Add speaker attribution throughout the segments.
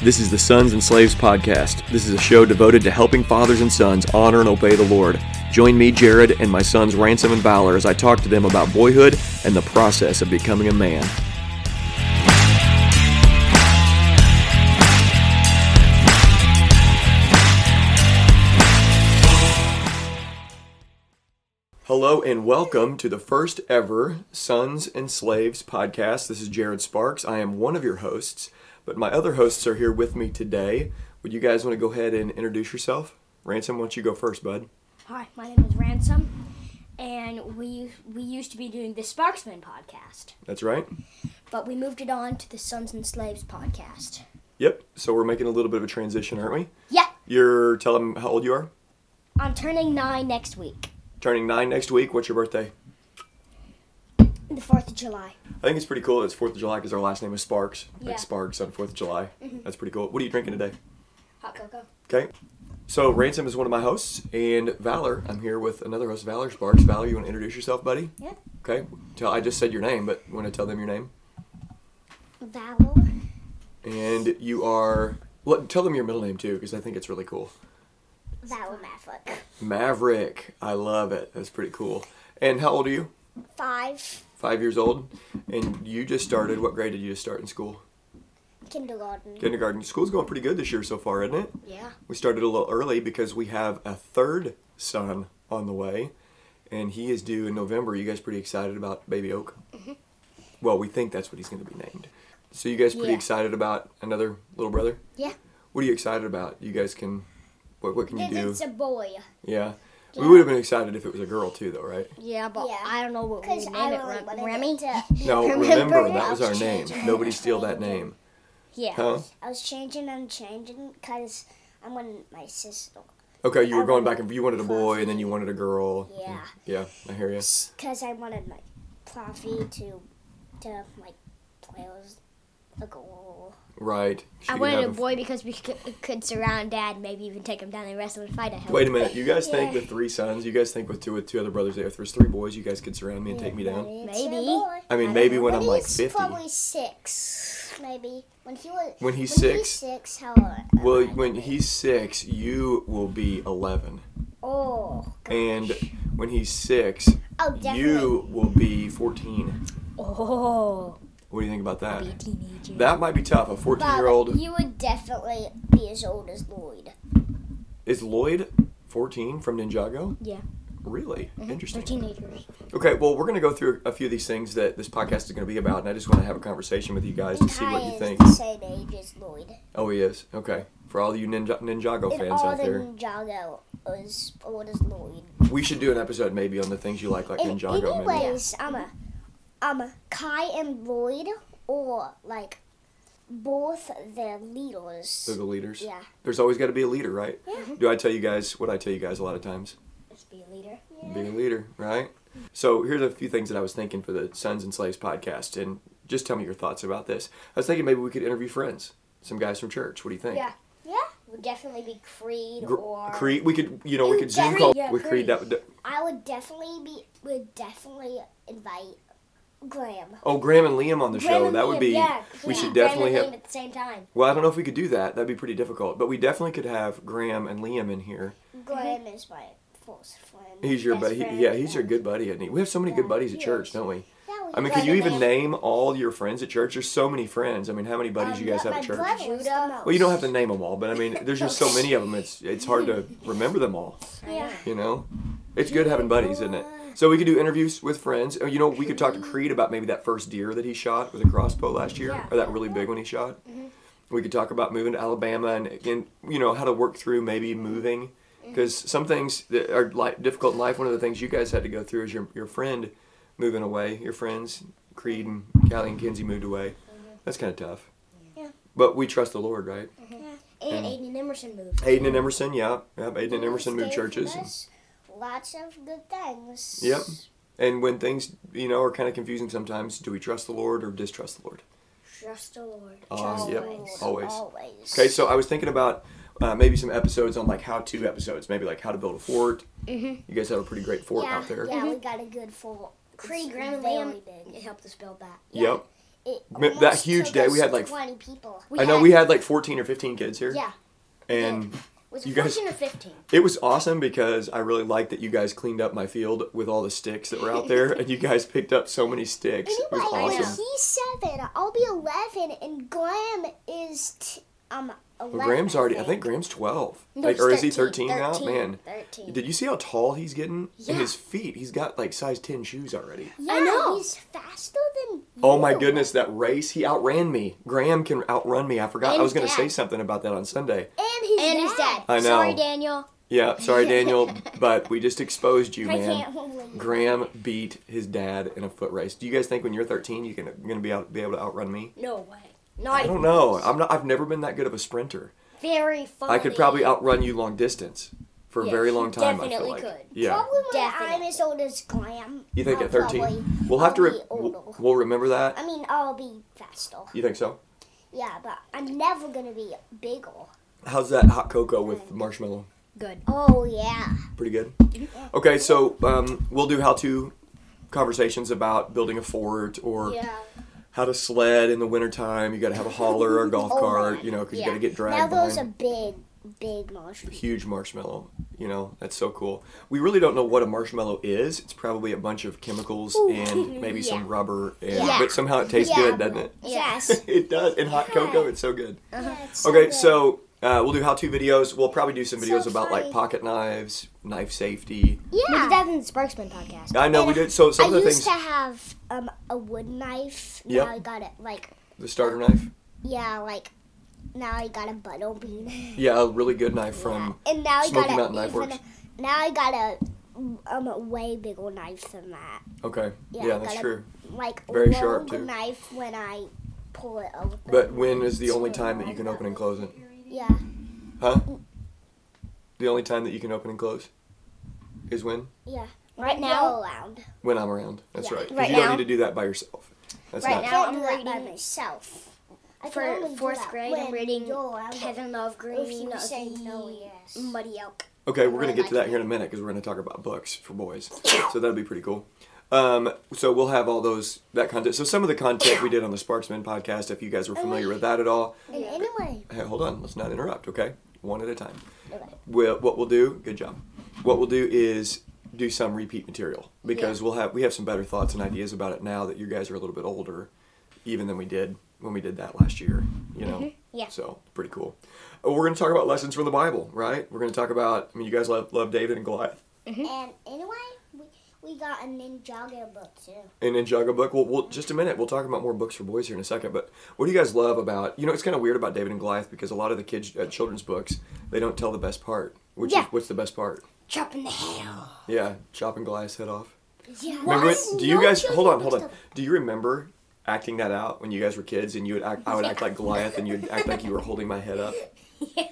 Speaker 1: This is the Sons and Slaves Podcast. This is a show devoted to helping fathers and sons honor and obey the Lord. Join me, Jared, and my sons, Ransom and Valor, as I talk to them about boyhood and the process of becoming a man. Hello and welcome to the first ever Sons and Slaves podcast. This is Jared Sparks. I am one of your hosts, but my other hosts are here with me today. Would you guys want to go ahead and introduce yourself? Ransom, why don't you go first, bud?
Speaker 2: Hi, my name is Ransom, and we we used to be doing the Sparksman podcast,
Speaker 1: That's right.
Speaker 2: but we moved it on to the Sons and Slaves podcast.
Speaker 1: Yep. So we're making a little bit of a transition, aren't we?
Speaker 2: Yeah,
Speaker 1: You're tell them how old you are.
Speaker 2: I'm turning nine next week,
Speaker 1: Turning nine next week. What's your birthday?
Speaker 2: the Fourth of July.
Speaker 1: I think it's pretty cool. that It's Fourth of July because our last name is Sparks.
Speaker 2: Yeah.
Speaker 1: Like Sparks on Fourth of July. That's pretty cool. What are you drinking today?
Speaker 2: Hot cocoa.
Speaker 1: Okay. So Ransom is one of my hosts, and Valor. I'm here with another host, Valor Sparks. Valor, you want to introduce yourself, buddy?
Speaker 2: Yeah.
Speaker 1: Okay. Tell I just said your name, but you want to tell them your name?
Speaker 2: Vowel.
Speaker 1: And you are. Look, tell them your middle name too, because I think it's really cool.
Speaker 2: Vowel Maverick.
Speaker 1: Maverick. I love it. That's pretty cool. And how old are you?
Speaker 2: Five.
Speaker 1: Five years old. And you just started. What grade did you just start in school?
Speaker 2: Kindergarten.
Speaker 1: Kindergarten. School's going pretty good this year so far, isn't it?
Speaker 2: Yeah.
Speaker 1: We started a little early because we have a third son on the way, and he is due in November. Are you guys pretty excited about Baby Oak?
Speaker 2: Mm-hmm.
Speaker 1: Well, we think that's what he's going to be named. So you guys pretty
Speaker 2: Yeah.
Speaker 1: excited about another little brother?
Speaker 2: Yeah.
Speaker 1: What are you excited about? You guys can, what, what can you do?
Speaker 2: a boy.
Speaker 1: yeah. We would have been excited if it was a girl too, though, right?
Speaker 3: Yeah, but
Speaker 2: Yeah.
Speaker 3: I don't know what we would
Speaker 2: Because
Speaker 3: name
Speaker 2: I
Speaker 3: it.
Speaker 2: really
Speaker 3: Rem-
Speaker 2: wanted
Speaker 3: Remy?
Speaker 2: it to.
Speaker 1: No,
Speaker 2: Remember,
Speaker 1: remember that was our
Speaker 2: I'll
Speaker 1: name.
Speaker 2: change it.
Speaker 1: Nobody steal that name,
Speaker 3: Yeah.
Speaker 1: huh?
Speaker 2: I was changing and changing because I wanted my sister.
Speaker 1: Okay, you
Speaker 2: I
Speaker 1: were going
Speaker 2: wanted
Speaker 1: back and you wanted a boy, and then you wanted a girl.
Speaker 2: Yeah.
Speaker 1: Yeah, I hear you.
Speaker 2: Because I wanted my Pluffy to, to like, play with a goal.
Speaker 1: Right. She
Speaker 3: I
Speaker 1: could
Speaker 3: wanted
Speaker 1: have
Speaker 3: a
Speaker 1: f-
Speaker 3: boy because we could, could surround dad, maybe even take him down and wrestle and fight. I hope.
Speaker 1: Wait a minute. You guys think
Speaker 2: Yeah.
Speaker 1: with three sons, you guys think with two with two other brothers, if there's three boys, you guys could surround me and take me down.
Speaker 3: Maybe.
Speaker 1: I mean,
Speaker 3: I
Speaker 1: maybe
Speaker 3: don't
Speaker 1: when
Speaker 3: know.
Speaker 1: I'm like 50.
Speaker 4: probably six, maybe. When he was
Speaker 1: When he's six?
Speaker 4: six, how old? am
Speaker 1: Well,
Speaker 4: I?
Speaker 1: when he's six, you will be 11,
Speaker 4: oh, God.
Speaker 1: and when he's six,
Speaker 4: oh, definitely.
Speaker 1: you will be 14.
Speaker 3: Oh,
Speaker 1: What do you think about that?
Speaker 3: be a teenager.
Speaker 1: That might be tough. A 14
Speaker 4: Bob,
Speaker 1: year old
Speaker 4: You would definitely be as old as Lloyd.
Speaker 1: is Lloyd 14 from Ninjago.
Speaker 3: Yeah. Mm-hmm.
Speaker 1: Really
Speaker 3: They're
Speaker 1: interesting.
Speaker 3: teenagers.
Speaker 1: Okay, well, we're going to go through a few of these things that this podcast is going to be about, and I just want to have a conversation with you guys to see what
Speaker 4: Ty
Speaker 1: you
Speaker 4: is
Speaker 1: think.
Speaker 4: the same age as Lloyd.
Speaker 1: Oh, he is. Okay. For all you Ninja- Ninjago
Speaker 4: and
Speaker 1: fans
Speaker 4: all
Speaker 1: out
Speaker 4: the
Speaker 1: there,
Speaker 4: Ninjago is old as Lloyd.
Speaker 1: we should do an episode maybe on the things you like, like
Speaker 4: And
Speaker 1: Ninjago. Maybe.
Speaker 4: anyways, um, uh, um, Kai and Lloyd, or like both the leaders.
Speaker 1: They're the leaders.
Speaker 4: Yeah.
Speaker 1: There's always got to be a leader, right?
Speaker 3: Mm-hmm.
Speaker 1: Do I tell you guys what I tell you guys a lot of times?
Speaker 3: Let's be a leader.
Speaker 1: Be a leader, right? So here's a few things that I was thinking for the Sons and Slaves podcast, and just tell me your thoughts about this. I was thinking maybe we could interview friends, some guys from church. What do you think?
Speaker 4: Yeah. Yeah, would definitely be Creed
Speaker 1: Gr-
Speaker 4: or
Speaker 1: Creed, we could, you know, we could Zoom
Speaker 4: Creed,
Speaker 1: call
Speaker 3: yeah,
Speaker 1: with Creed.
Speaker 3: Creed.
Speaker 1: That would,
Speaker 4: I would definitely be would definitely invite Graham.
Speaker 1: oh, Graham and Liam on the
Speaker 3: Graham
Speaker 1: show.
Speaker 3: and
Speaker 1: That would
Speaker 3: Liam,
Speaker 1: be.
Speaker 3: yeah,
Speaker 1: we
Speaker 3: yeah.
Speaker 1: should
Speaker 3: Graham
Speaker 1: definitely
Speaker 3: and
Speaker 1: have.
Speaker 3: Liam at the same time.
Speaker 1: Well, I don't know if we could do that. That'd be pretty difficult. But we definitely could have Graham and Liam in here.
Speaker 4: Graham is my close friend.
Speaker 1: He's your
Speaker 3: Best
Speaker 1: buddy.
Speaker 3: friend,
Speaker 1: Yeah, he's your good buddy, isn't he? We have so many good buddies at
Speaker 4: he
Speaker 1: church,
Speaker 4: is.
Speaker 1: don't we?
Speaker 4: Yeah, we
Speaker 1: I mean,
Speaker 4: could
Speaker 1: could you even
Speaker 4: name-
Speaker 1: name all your friends at church? There's so many friends. I mean, how many buddies
Speaker 4: Um,
Speaker 1: you guys have at church?
Speaker 4: Judah.
Speaker 1: Well, you don't have to name them all, but I mean, there's just so many of them. It's it's hard to remember them all.
Speaker 4: Yeah.
Speaker 1: You know, it's good having buddies, isn't it? So we could do interviews with friends. Oh, You know, we could talk to Creed about maybe that first deer that he shot with a crossbow last year, or that really big one he shot. We could talk about moving to Alabama and and you know how to work through maybe moving, because some things that are like difficult in life. One of the things you guys had to go through is your your friend moving away. Your friends Creed and Callie and Kenzie moved away. That's kind of tough.
Speaker 4: Yeah.
Speaker 1: But we trust the Lord, right?
Speaker 3: And Aiden Emerson moved.
Speaker 1: Aiden and Emerson, yeah. Yep, Aiden and Emerson moved
Speaker 4: Gave
Speaker 1: churches.
Speaker 4: us Lots of good things.
Speaker 1: Yep. And when things, you know, are kind of confusing sometimes, do we trust the Lord or distrust the Lord?
Speaker 3: Trust the Lord.
Speaker 1: Uh, yep. Always.
Speaker 4: Always.
Speaker 1: Okay, so I was thinking about uh, maybe some episodes on like how to episodes, maybe like how to build a fort. Mm-hmm. You guys have a pretty great fort
Speaker 4: yeah,
Speaker 3: Mm-hmm.
Speaker 1: out there.
Speaker 4: Yeah, we got a good full.
Speaker 3: Creed,
Speaker 4: it's
Speaker 3: Graham, and
Speaker 4: very
Speaker 3: Liam
Speaker 4: big.
Speaker 3: helped us build that.
Speaker 1: Yep.
Speaker 4: It
Speaker 1: Ma- that
Speaker 4: almost
Speaker 1: huge
Speaker 4: took
Speaker 1: day,
Speaker 4: us
Speaker 1: we had, like,
Speaker 4: twenty people.
Speaker 1: I know we had like 14 or 15 kids here.
Speaker 4: Yeah.
Speaker 1: And
Speaker 3: Was
Speaker 1: You
Speaker 3: it
Speaker 1: guys-
Speaker 3: 14 or 15?
Speaker 1: it was awesome because I really liked that you guys cleaned up my field with all the sticks that were out there and you guys picked up so many sticks. It was
Speaker 4: Anyway,
Speaker 1: awesome.
Speaker 4: when he's seven, I'll be eleven, and Graham is t- um eleven.
Speaker 1: Well, Graham's already, I
Speaker 4: think.
Speaker 1: think Graham's 12.
Speaker 4: No,
Speaker 1: like,
Speaker 4: he's
Speaker 1: or is he
Speaker 4: 13,
Speaker 1: 13, now?
Speaker 4: 13,
Speaker 1: Man.
Speaker 3: 13.
Speaker 1: Did you see how tall he's getting?
Speaker 3: Yeah.
Speaker 1: And his feet, he's got like size 10 shoes already.
Speaker 4: Yeah,
Speaker 3: I know.
Speaker 4: he's faster than.
Speaker 1: Oh my
Speaker 4: you.
Speaker 1: goodness, that race, he outran me. Graham can outrun me. I forgot I
Speaker 3: And
Speaker 1: was going to
Speaker 3: dad.
Speaker 1: say something about that on Sunday.
Speaker 4: And his
Speaker 3: And
Speaker 4: dad.
Speaker 3: his dad.
Speaker 1: I know.
Speaker 3: Sorry, Daniel.
Speaker 1: Yeah, sorry, Daniel, but we just exposed you,
Speaker 4: I
Speaker 1: man.
Speaker 4: can't believe.
Speaker 1: Graham beat his dad in a foot race. Do you guys think when you're 13, you're going to be, out, be able to outrun me?
Speaker 3: No way. No,
Speaker 1: I don't know. I'm not. I've never been that good of a sprinter.
Speaker 3: Very funny.
Speaker 1: I could probably outrun you long distance for a
Speaker 3: Yeah,
Speaker 1: very
Speaker 3: you
Speaker 1: long time.
Speaker 3: definitely
Speaker 1: I feel like.
Speaker 3: could.
Speaker 1: Yeah.
Speaker 4: Probably when I'm
Speaker 3: Definitely.
Speaker 4: as old as Graham.
Speaker 1: You think
Speaker 4: I'll
Speaker 1: at 13?
Speaker 4: probably-
Speaker 1: we'll have to.
Speaker 4: I'll
Speaker 1: Re-
Speaker 4: be older.
Speaker 1: we'll, we'll remember that.
Speaker 4: I mean, I'll be faster.
Speaker 1: You think so?
Speaker 4: Yeah, but I'm never gonna be bigger.
Speaker 1: How's that hot cocoa with marshmallow?
Speaker 3: Good.
Speaker 4: Oh yeah.
Speaker 1: Pretty good. Okay, so um, we'll do how-to conversations about building a fort or
Speaker 3: Yeah.
Speaker 1: how to sled in the wintertime. You got to have a hauler or a golf
Speaker 4: Oh,
Speaker 1: cart,
Speaker 4: man.
Speaker 1: you know, because
Speaker 3: Yeah.
Speaker 1: you got to get
Speaker 4: Now
Speaker 1: dragged
Speaker 4: those are
Speaker 1: behind.
Speaker 4: big, big marshmallows.
Speaker 1: Huge marshmallow. You know, that's so cool. We really don't know what a marshmallow is. It's probably a bunch of chemicals and maybe some rubber. And,
Speaker 4: Yeah.
Speaker 1: But somehow it tastes
Speaker 4: Yeah.
Speaker 1: good, doesn't it?
Speaker 4: Yes.
Speaker 1: it does. In hot cocoa, it's so good.
Speaker 4: Yeah, it's
Speaker 1: Okay,
Speaker 4: good.
Speaker 1: so uh, we'll do how-to videos. We'll probably do some videos about like
Speaker 4: funny.
Speaker 1: pocket knives, knife safety.
Speaker 4: yeah.
Speaker 3: We did that in the Sparksman podcast.
Speaker 1: I know we did. So some
Speaker 4: I
Speaker 1: of the
Speaker 4: used
Speaker 1: things,
Speaker 4: to have um a wood knife.
Speaker 1: Yep.
Speaker 4: Now I got it like
Speaker 1: the starter knife.
Speaker 4: yeah like now I got a butterbean.
Speaker 1: Yeah, a really good knife from.
Speaker 4: and now I
Speaker 1: Smoky
Speaker 4: got a
Speaker 1: Mountain Knife
Speaker 4: even,
Speaker 1: Works.
Speaker 4: now I got a um a way bigger knife than that.
Speaker 1: Okay,
Speaker 4: Yeah,
Speaker 1: yeah,
Speaker 4: I
Speaker 1: that's
Speaker 4: got a
Speaker 1: true.
Speaker 4: Like
Speaker 1: Very
Speaker 4: long
Speaker 1: sharp, too.
Speaker 4: knife when I pull it open.
Speaker 1: But when is the only time that you can open and close it?
Speaker 4: yeah.
Speaker 1: Huh? The only time that you can open and close is when
Speaker 3: Right
Speaker 4: Go
Speaker 3: now,
Speaker 4: around.
Speaker 1: when I'm around. That's
Speaker 4: Yeah.
Speaker 1: right. 'Cause
Speaker 3: Right
Speaker 1: you don't
Speaker 3: now?
Speaker 1: need to do that by yourself. That's
Speaker 3: Right
Speaker 1: not.
Speaker 3: now?
Speaker 4: I
Speaker 3: I'm
Speaker 4: can't do that by
Speaker 3: reading-
Speaker 4: myself. I can
Speaker 3: for
Speaker 4: only do
Speaker 3: fourth
Speaker 4: that
Speaker 3: grade,
Speaker 4: when
Speaker 3: I'm reading
Speaker 4: you're around.
Speaker 3: Kevin Mm-hmm. Love
Speaker 4: If
Speaker 3: Green
Speaker 4: you
Speaker 3: of
Speaker 4: say
Speaker 3: the
Speaker 4: no, yes.
Speaker 3: Muddy Elk.
Speaker 1: Okay, we're gonna
Speaker 3: I
Speaker 1: get to
Speaker 3: like
Speaker 1: that here in a minute because we're gonna talk about books for boys. So that'll be pretty cool. Um, so we'll have all those that content. So some of the content we did on the Sparksman podcast, if you guys were familiar with that at all.
Speaker 4: And anyway,
Speaker 1: Hey, hold on, let's not interrupt. Okay, one at a time.
Speaker 4: Okay.
Speaker 1: We'll, what we'll do, good job. What we'll do is do some repeat material because we'll have we have some better thoughts and ideas about it now that you guys are a little bit older, even than we did when we did that last year. You know.
Speaker 3: Yeah.
Speaker 1: So pretty cool. Uh, We're going to talk about lessons from the Bible, right? We're going to talk about. I mean, you guys love, love David and Goliath.
Speaker 3: Mm-hmm.
Speaker 4: and anyway, we, we got a Ninjago book too.
Speaker 1: and Ninjago book. We'll, we'll just a minute. We'll talk about more books for boys here in a second. But what do you guys love about? You know, it's kind of weird about David and Goliath because a lot of the kids uh, children's books they don't tell the best part. Which
Speaker 3: Yeah.
Speaker 1: is what's the best part?
Speaker 3: Chopping the head off.
Speaker 1: Yeah, chopping Goliath's head off.
Speaker 4: Yeah.
Speaker 1: Remember it? Do you guys hold on? Hold on. Do you remember acting that out when you guys were kids and you would act? I would act like Goliath and you'd act like you were holding my head up,
Speaker 3: Yeah.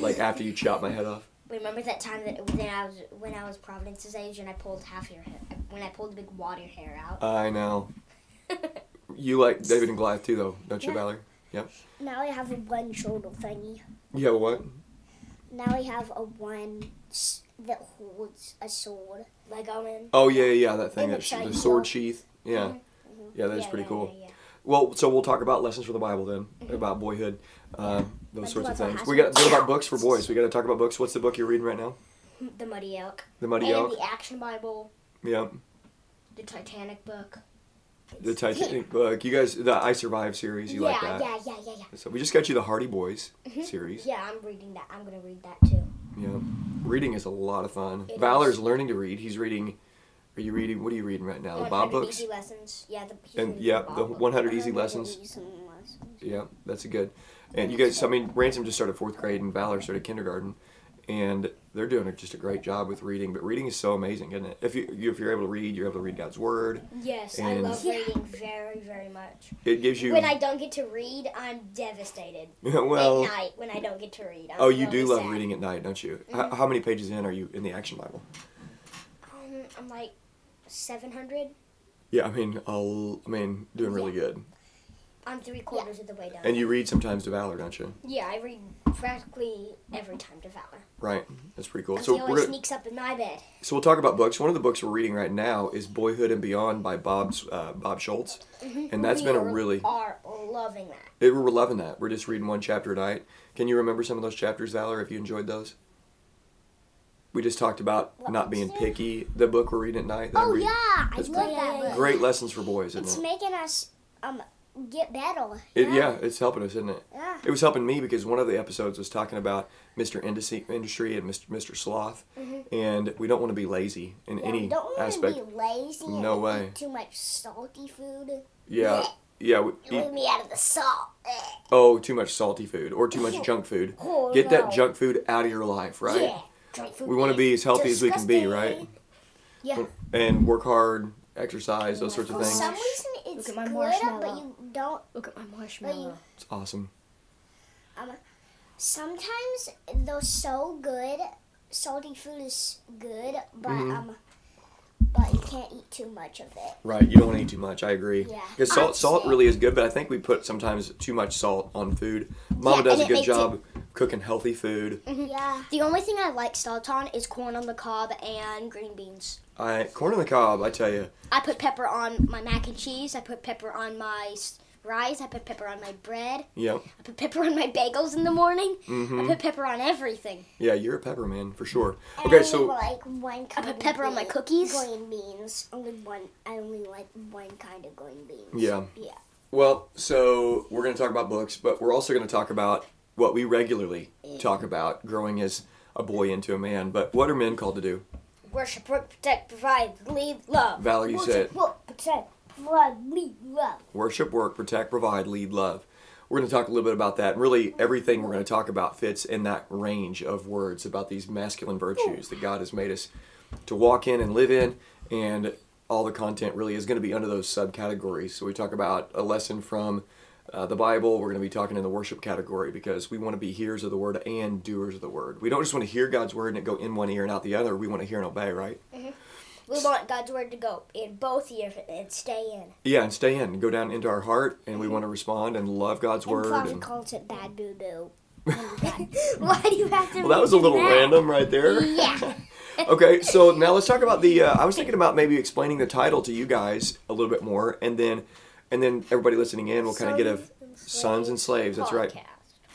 Speaker 1: like after you chopped my head off.
Speaker 3: Remember that time that when I was when I was Providence's age and I pulled half your hair when I pulled the big wad of your hair out.
Speaker 1: I know. You like David and Goliath too, though, don't you,
Speaker 4: Yeah.
Speaker 1: Valerie?
Speaker 4: Now I have a one shoulder thingy.
Speaker 1: You have a what?
Speaker 4: Now I have a one s- that holds a sword.
Speaker 3: Lego man.
Speaker 1: Oh yeah, yeah, yeah, that thing,
Speaker 4: And
Speaker 1: that
Speaker 4: it's
Speaker 1: sh-
Speaker 4: like
Speaker 1: the sword sheath. Yeah, yeah, that's
Speaker 3: Mm-hmm. Yeah,
Speaker 1: pretty
Speaker 3: yeah,
Speaker 1: cool.
Speaker 3: yeah, Mm-hmm. yeah.
Speaker 1: Well, so we'll talk about lessons from the Bible then, about boyhood, uh, those sorts of
Speaker 4: about
Speaker 1: things. We got what about books for boys? We got to talk about books. What's the book you're reading right now?
Speaker 3: The Muddy Elk.
Speaker 1: The Muddy
Speaker 3: and
Speaker 1: Elk.
Speaker 3: the Action Bible,
Speaker 1: Yeah,
Speaker 3: the Titanic book.
Speaker 1: the Titanic book. You guys, the I Survive series. You
Speaker 3: yeah,
Speaker 1: like that?
Speaker 3: yeah, Mm-hmm. yeah, yeah, yeah.
Speaker 1: So we just got you the Hardy Boys series.
Speaker 3: Yeah, I'm reading that. I'm gonna read that too.
Speaker 1: Yeah. Reading is a lot of fun.
Speaker 3: It
Speaker 1: Valor's
Speaker 3: is.
Speaker 1: learning to read. He's reading. Are you reading? What are you reading right now? The
Speaker 3: 100
Speaker 1: Bob books.
Speaker 3: Easy lessons. Yeah, the. he's
Speaker 1: And
Speaker 3: reading
Speaker 1: yeah,
Speaker 3: Bob
Speaker 1: the
Speaker 3: book.
Speaker 1: 100 easy
Speaker 4: I'm gonna
Speaker 1: lessons.
Speaker 4: do some lessons.
Speaker 1: Yeah, that's a good. And you guys, I mean, Ransom just started fourth grade and Valor started kindergarten, and they're doing a- just a great job with reading. But reading is so amazing, isn't it? If you you- if you're able to read, you're able to read God's word.
Speaker 3: Yes, I
Speaker 1: and-
Speaker 3: love reading very, very much.
Speaker 1: It gives you.
Speaker 3: When I don't get to read, I'm devastated.
Speaker 1: well,
Speaker 3: At night, when I don't get to read. I'm
Speaker 1: oh, you
Speaker 3: really
Speaker 1: do love
Speaker 3: sad.
Speaker 1: reading at night, don't you? How,
Speaker 3: Mm-hmm.
Speaker 1: how many pages in are you in the Action Bible?
Speaker 3: Um, I'm like 700.
Speaker 1: Yeah, I mean, I'll, I mean, doing really good.
Speaker 3: I'm three quarters of the way done.
Speaker 1: And you read sometimes to Valor, don't you?
Speaker 3: yeah, I read practically every time to Valor.
Speaker 1: Right. That's pretty cool.
Speaker 3: Until
Speaker 1: So
Speaker 3: it
Speaker 1: we're gonna,
Speaker 3: sneaks up in my bed.
Speaker 1: so we'll talk about books. One of the books we're reading right now is Boyhood and Beyond by Bob's uh, Bob Schultz, and that's
Speaker 3: we
Speaker 1: been a
Speaker 3: are-
Speaker 1: really Mm.
Speaker 3: are loving that.
Speaker 1: it, we're loving that. We're just reading one chapter a night. Can you remember some of those chapters, Valor? If you enjoyed those, we just talked about not being picky. The book we're reading at night. that I'm
Speaker 4: Oh
Speaker 1: reading.
Speaker 4: yeah, I
Speaker 1: That's
Speaker 4: love
Speaker 1: great.
Speaker 4: that book.
Speaker 1: Great lessons for boys,
Speaker 4: It's
Speaker 1: isn't it?
Speaker 4: making us um get better.
Speaker 1: It, yeah, it's helping us, isn't it?
Speaker 4: Yeah.
Speaker 1: It was helping me because one of the episodes was talking about Mr. Indice- Industry and Mr. Mr. Sloth, and we don't want to be lazy in
Speaker 4: Mm-hmm. Yeah, we
Speaker 1: any
Speaker 4: don't want to
Speaker 1: aspect.
Speaker 4: be lazy and
Speaker 1: No way.
Speaker 4: eat too much salty food.
Speaker 1: yeah, yeah. We, eat,
Speaker 4: Leave me out of the salt. Eh.
Speaker 1: oh, too much salty food or too much junk food.
Speaker 4: Oh,
Speaker 1: Get that
Speaker 4: no.
Speaker 1: junk food out of your life, right?
Speaker 4: Yeah. Drink food
Speaker 1: We want to be as healthy as we can be, right?
Speaker 4: Yeah.
Speaker 1: And work hard, exercise, those sorts of
Speaker 4: For
Speaker 1: things.
Speaker 4: Oh, some reason, it's
Speaker 3: at my
Speaker 4: good, but
Speaker 3: marshmallow.
Speaker 4: you don't.
Speaker 3: Look at my
Speaker 4: marshmallow.
Speaker 1: It's awesome.
Speaker 4: Sometimes they're so good. Salty food is good, but
Speaker 1: Mm-hmm.
Speaker 4: um, but you can't eat too much of it.
Speaker 1: Right, you don't want to eat too much. I agree.
Speaker 4: Yeah.
Speaker 1: Because salt, salt really is good, but I think we put sometimes too much salt on food. Mama
Speaker 3: Yeah,
Speaker 1: does
Speaker 3: and
Speaker 1: a
Speaker 3: it
Speaker 1: good
Speaker 3: makes it-
Speaker 1: job cooking healthy food.
Speaker 3: Mm-hmm.
Speaker 4: Yeah.
Speaker 3: The only thing I like salt on is corn on the cob and green beans.
Speaker 1: I corn on the cob. I tell you,
Speaker 3: I put pepper on my mac and cheese. I put pepper on my s- rice. I put pepper on my bread.
Speaker 1: yeah,
Speaker 3: I put pepper on my bagels in the morning.
Speaker 1: Mm-hmm.
Speaker 3: I put pepper on everything.
Speaker 1: yeah, you're a pepper man for sure.
Speaker 4: And
Speaker 1: Okay,
Speaker 4: only
Speaker 1: so
Speaker 4: like one kind
Speaker 3: put
Speaker 4: of
Speaker 3: pepper on my
Speaker 4: bean-
Speaker 3: cookies.
Speaker 4: Green beans. Only one. I only like one kind of green beans.
Speaker 1: yeah,
Speaker 4: Yeah.
Speaker 1: well, so we're gonna talk about books, but we're also gonna talk about what we regularly talk about growing as a boy into a man. But what are men called to do?
Speaker 3: Worship, work, protect, provide, lead, love.
Speaker 1: Valor, you said
Speaker 4: Look, protect, blood, lead, love.
Speaker 1: worship, work, protect, provide, lead, love. We're going to talk a little bit about that. Really, everything we're going to talk about fits in that range of words about these masculine virtues that God has made us to walk in and live in. And all the content really is going to be under those subcategories. So, we talk about a lesson from uh, the Bible. We're going to be talking in the worship category because we want to be hearers of the word and doers of the word. We don't just want to hear God's word and it go in one ear and out the other. We want to hear and obey, right?
Speaker 3: We want God's word to go in both ears and stay in.
Speaker 1: Yeah, and stay in and go down into our heart. And we want to respond and love God's word.
Speaker 4: Prophet
Speaker 1: and-
Speaker 4: calls it bad boo boo.
Speaker 3: Why do you have to?
Speaker 1: Well, that was a little random right there.
Speaker 3: Yeah.
Speaker 1: okay, so now let's talk about the. Uh, I was thinking about maybe explaining the title to you guys a little bit more, and then, and then everybody listening in will kind of get a sons and slaves. That's right.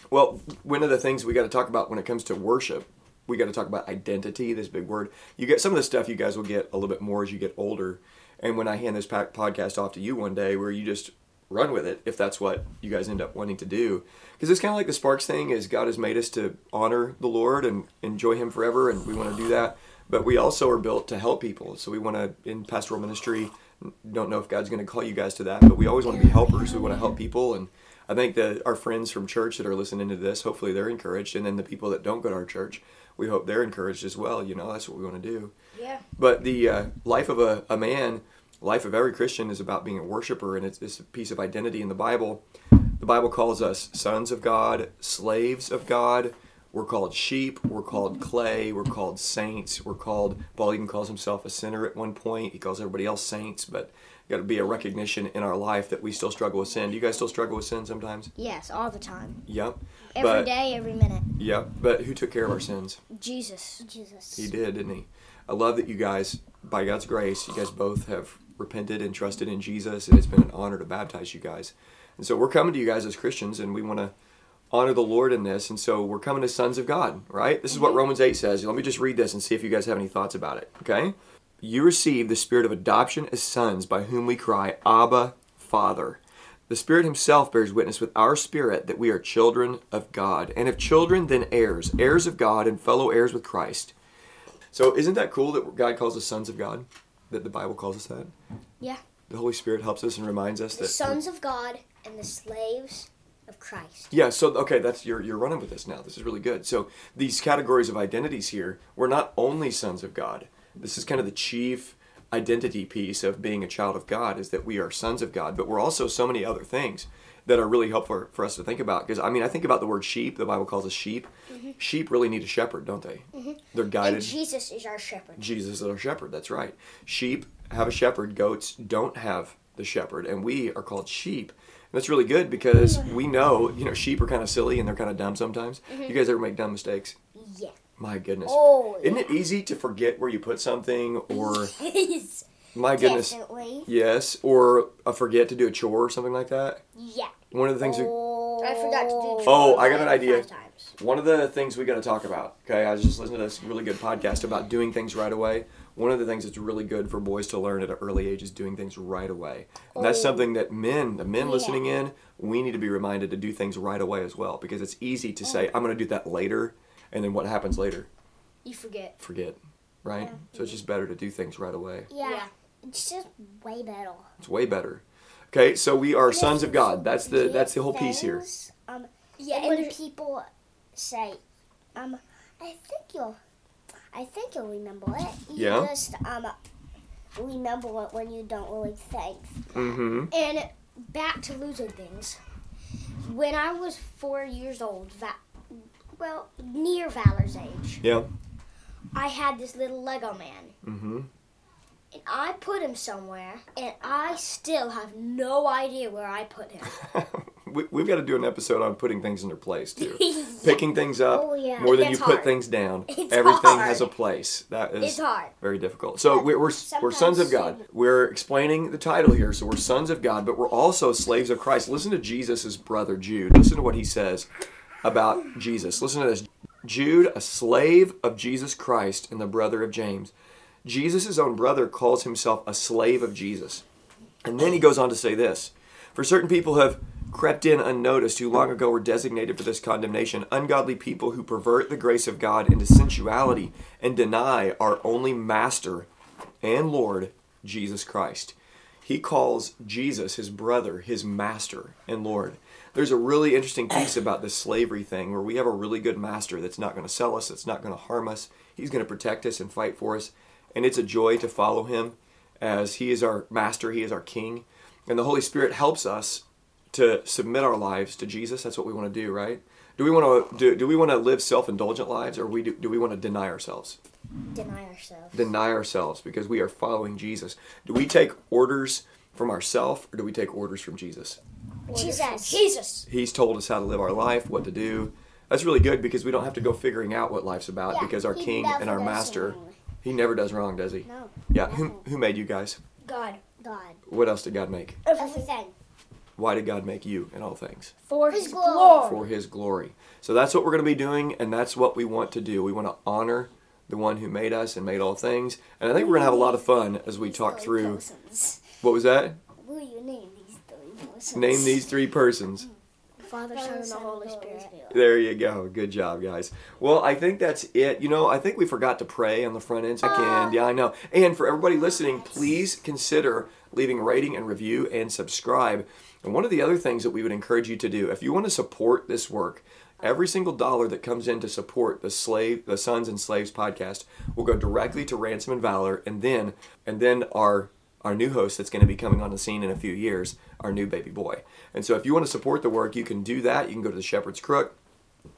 Speaker 1: Well, one of the things we got to talk about when it comes to worship, we got to talk about identity. This big word. You get some of the stuff you guys will get a little bit more as you get older, and when I hand this pack podcast off to you one day, where you just run with it if that's what you guys end up wanting to do because it's kind of like the sparks thing is god has made us to honor the lord and enjoy him forever and we want to do that but we also are built to help people so we want to in pastoral ministry n- don't know if god's going to call you guys to that but we always want to be helpers we want to help people and i think that our friends from church that are listening to this hopefully they're encouraged and then the people that don't go to our church we hope they're encouraged as well you know that's what we want to do
Speaker 3: Yeah.
Speaker 1: but the uh, life of a, a man, life of every Christian is about being a worshiper, and it's, it's a piece of identity in the Bible. The Bible calls us sons of God, slaves of God. We're called sheep. We're called clay. We're called saints. We're called, Paul even calls himself a sinner at one point. He calls everybody else saints, but got to be a recognition in our life that we still struggle with sin. Do you guys still struggle with sin sometimes?
Speaker 3: Yes, all the time,
Speaker 1: Yep.
Speaker 3: every
Speaker 1: but,
Speaker 3: day, every minute.
Speaker 1: Yep. But who took care of our sins?
Speaker 3: Jesus.
Speaker 4: Jesus.
Speaker 1: He did, didn't he? I love that you guys, by God's grace, you guys both have repented and trusted in Jesus, and it's been an honor to baptize you guys. And so we're coming to you guys as Christians, and we want to honor the Lord in this. And so we're coming as sons of God, right? This is what Romans 8 says. Let me just read this and see if you guys have any thoughts about it, okay? You receive the spirit of adoption as sons, by whom we cry, Abba, Father. The Spirit Himself bears witness with our spirit that we are children of God, and if children, then heirs, heirs of God, and fellow heirs with Christ. So isn't that cool that God calls us sons of God? That the Bible calls us that?
Speaker 3: Yeah.
Speaker 1: The Holy Spirit helps us and reminds us
Speaker 3: The
Speaker 1: that
Speaker 3: sons of God and the slaves of Christ.
Speaker 1: Yeah, so okay, that's you're you're running with this now. This is really good. So these categories of identities here, we're not only sons of God. This is kind of the chief identity piece of being a child of God is that we are sons of God, but we're also so many other things that are really helpful for us to think about. Because I mean, I think about the word sheep. The Bible calls us sheep. Sheep really need a shepherd, don't they? They're guided.
Speaker 3: And Jesus is our shepherd.
Speaker 1: Jesus is our shepherd. That's right. Sheep have a shepherd. Goats don't have the shepherd, and we are called sheep. that's really good because we know, you know, sheep are kind of silly and they're kind of dumb sometimes. You guys ever make dumb mistakes?
Speaker 3: Yeah.
Speaker 1: My goodness.
Speaker 2: Oh,
Speaker 1: Isn't it easy to forget where you put something or
Speaker 3: Yes.
Speaker 1: my goodness.
Speaker 2: definitely.
Speaker 1: Yes, or I forget to do a chore or something like that.
Speaker 2: Yeah.
Speaker 1: One of the things
Speaker 4: Oh.
Speaker 1: we
Speaker 3: I forgot to do.
Speaker 1: Oh,
Speaker 3: chores
Speaker 1: I got an
Speaker 3: like
Speaker 1: idea.
Speaker 3: Five times.
Speaker 1: One of the things we got to talk about, okay, I was just listening to this really good podcast about doing things right away. One of the things that's really good for boys to learn at an early age is doing things right away. And that's something that men, the men listening in, we need to be reminded to do things right away as well because it's easy to say, I'm going to do that later. And then what happens later?
Speaker 3: You forget.
Speaker 1: Forget, right? So it's just better to do things right away.
Speaker 2: yeah, It's just way better.
Speaker 1: It's way better. Okay, so we are sons of God. That's the that's the whole piece here.
Speaker 2: Things, Um,
Speaker 3: Yeah.
Speaker 2: and
Speaker 3: and
Speaker 2: when
Speaker 3: there's-
Speaker 2: people say, um, I think you'll, I think you'll remember it. You
Speaker 1: Yeah.
Speaker 2: just um, remember it when you don't really think.
Speaker 1: Mm-hmm.
Speaker 3: And back to losing things. When I was four years old, va- well, near Valor's age,
Speaker 1: Yeah.
Speaker 3: I had this little Lego man.
Speaker 1: Mm-hmm.
Speaker 3: And I put him somewhere, and I still have no idea where I put him.
Speaker 1: we, we've got to do an episode on putting things in their place too. Picking things up
Speaker 2: Oh, yeah.
Speaker 1: more than you
Speaker 3: It's
Speaker 1: put
Speaker 3: hard.
Speaker 1: things down.
Speaker 3: It's
Speaker 1: Everything
Speaker 3: hard.
Speaker 1: has a place. That is
Speaker 3: It's hard.
Speaker 1: very difficult. So we're, we're, we're sons of God. We're explaining the title here. So we're sons of God, but we're also slaves of Christ. Listen to Jesus' brother Jude. Listen to what he says about Jesus. Listen to this Jude, a slave of Jesus Christ and the brother of James. Jesus' own brother calls himself a slave of Jesus. And then he goes on to say this For certain people have crept in unnoticed who long ago were designated for this condemnation, ungodly people who pervert the grace of God into sensuality and deny our only master and Lord, Jesus Christ. He calls Jesus his brother, his master and Lord. There's a really interesting piece about this slavery thing where we have a really good master that's not going to sell us, that's not going to harm us. He's going to protect us and fight for us. And it's a joy to follow him as he is our master, he is our king. And the Holy Spirit helps us to submit our lives to Jesus. That's what we want to do, right? Do we want to do, do we want to live self-indulgent lives or we do, do we want to deny ourselves?
Speaker 3: Deny ourselves.
Speaker 1: deny ourselves because we are following Jesus. Do we take orders from ourselves or do we take orders from Jesus?
Speaker 2: Jesus.
Speaker 3: Jesus.
Speaker 1: He's told us how to live our life, what to do. That's really good because we don't have to go figuring out what life's about
Speaker 2: Yeah,
Speaker 1: because our
Speaker 2: he
Speaker 1: King
Speaker 2: never
Speaker 1: and our
Speaker 2: does
Speaker 1: Master,
Speaker 2: wrong.
Speaker 1: He never does wrong, does He?
Speaker 2: No,
Speaker 1: Yeah. Who, who made you guys?
Speaker 3: God.
Speaker 2: God.
Speaker 1: What else did God make?
Speaker 2: Everything.
Speaker 1: Why did God make you in all things?
Speaker 3: For
Speaker 2: His
Speaker 3: his
Speaker 2: glory.
Speaker 3: glory.
Speaker 1: For His glory. So that's what we're going to be doing, and that's what we want to do. We want to honor the one who made us and made all things. And I think we're going to have a lot of fun as we talk
Speaker 2: Three
Speaker 1: through.
Speaker 2: persons.
Speaker 1: What was that?
Speaker 2: Will you name these three persons?
Speaker 1: Name these three persons.
Speaker 3: Father, Son, and the Holy Spirit.
Speaker 1: There you go. Good job, guys. Well, I think that's it. You know, I think we forgot to pray on the front end. Again, yeah, I know. And for everybody listening, please consider leaving rating and review and subscribe. And one of the other things that we would encourage you to do, if you want to support this work, every single dollar that comes in to support the slave, the Sons and Slaves podcast, will go directly to Ransom and Valor, and then and then our our new host that's going to be coming on the scene in a few years, our new baby boy. And so, if you want to support the work, you can do that. You can go to the Shepherd's Crook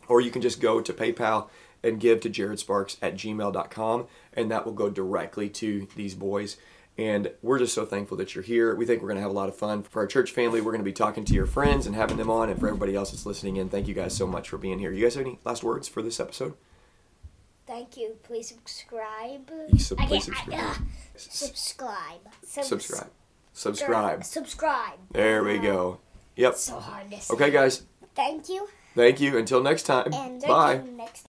Speaker 1: or you can just go to PayPal and give to Jared Sparks at gmail.com, and that will go directly to these boys. And we're just so thankful that you're here. We think we're going to have a lot of fun. For our church family, we're going to be talking to your friends and having them on. And for everybody else that's listening in, thank you guys so much for being here. You guys have any last words for this episode?
Speaker 3: Thank you. Please subscribe.
Speaker 1: You sub-
Speaker 3: I uh,
Speaker 1: please
Speaker 3: can't- I-
Speaker 1: subscribe.
Speaker 3: ugh.
Speaker 1: S-
Speaker 2: Subscribe.
Speaker 3: Sub-
Speaker 1: subscribe. Subscribe.
Speaker 3: Subscribe.
Speaker 1: There we go. Yep.
Speaker 3: So hard to say.
Speaker 1: Okay, guys.
Speaker 2: Thank you.
Speaker 1: Thank you. Until next time.
Speaker 2: And
Speaker 1: Bye.
Speaker 2: Next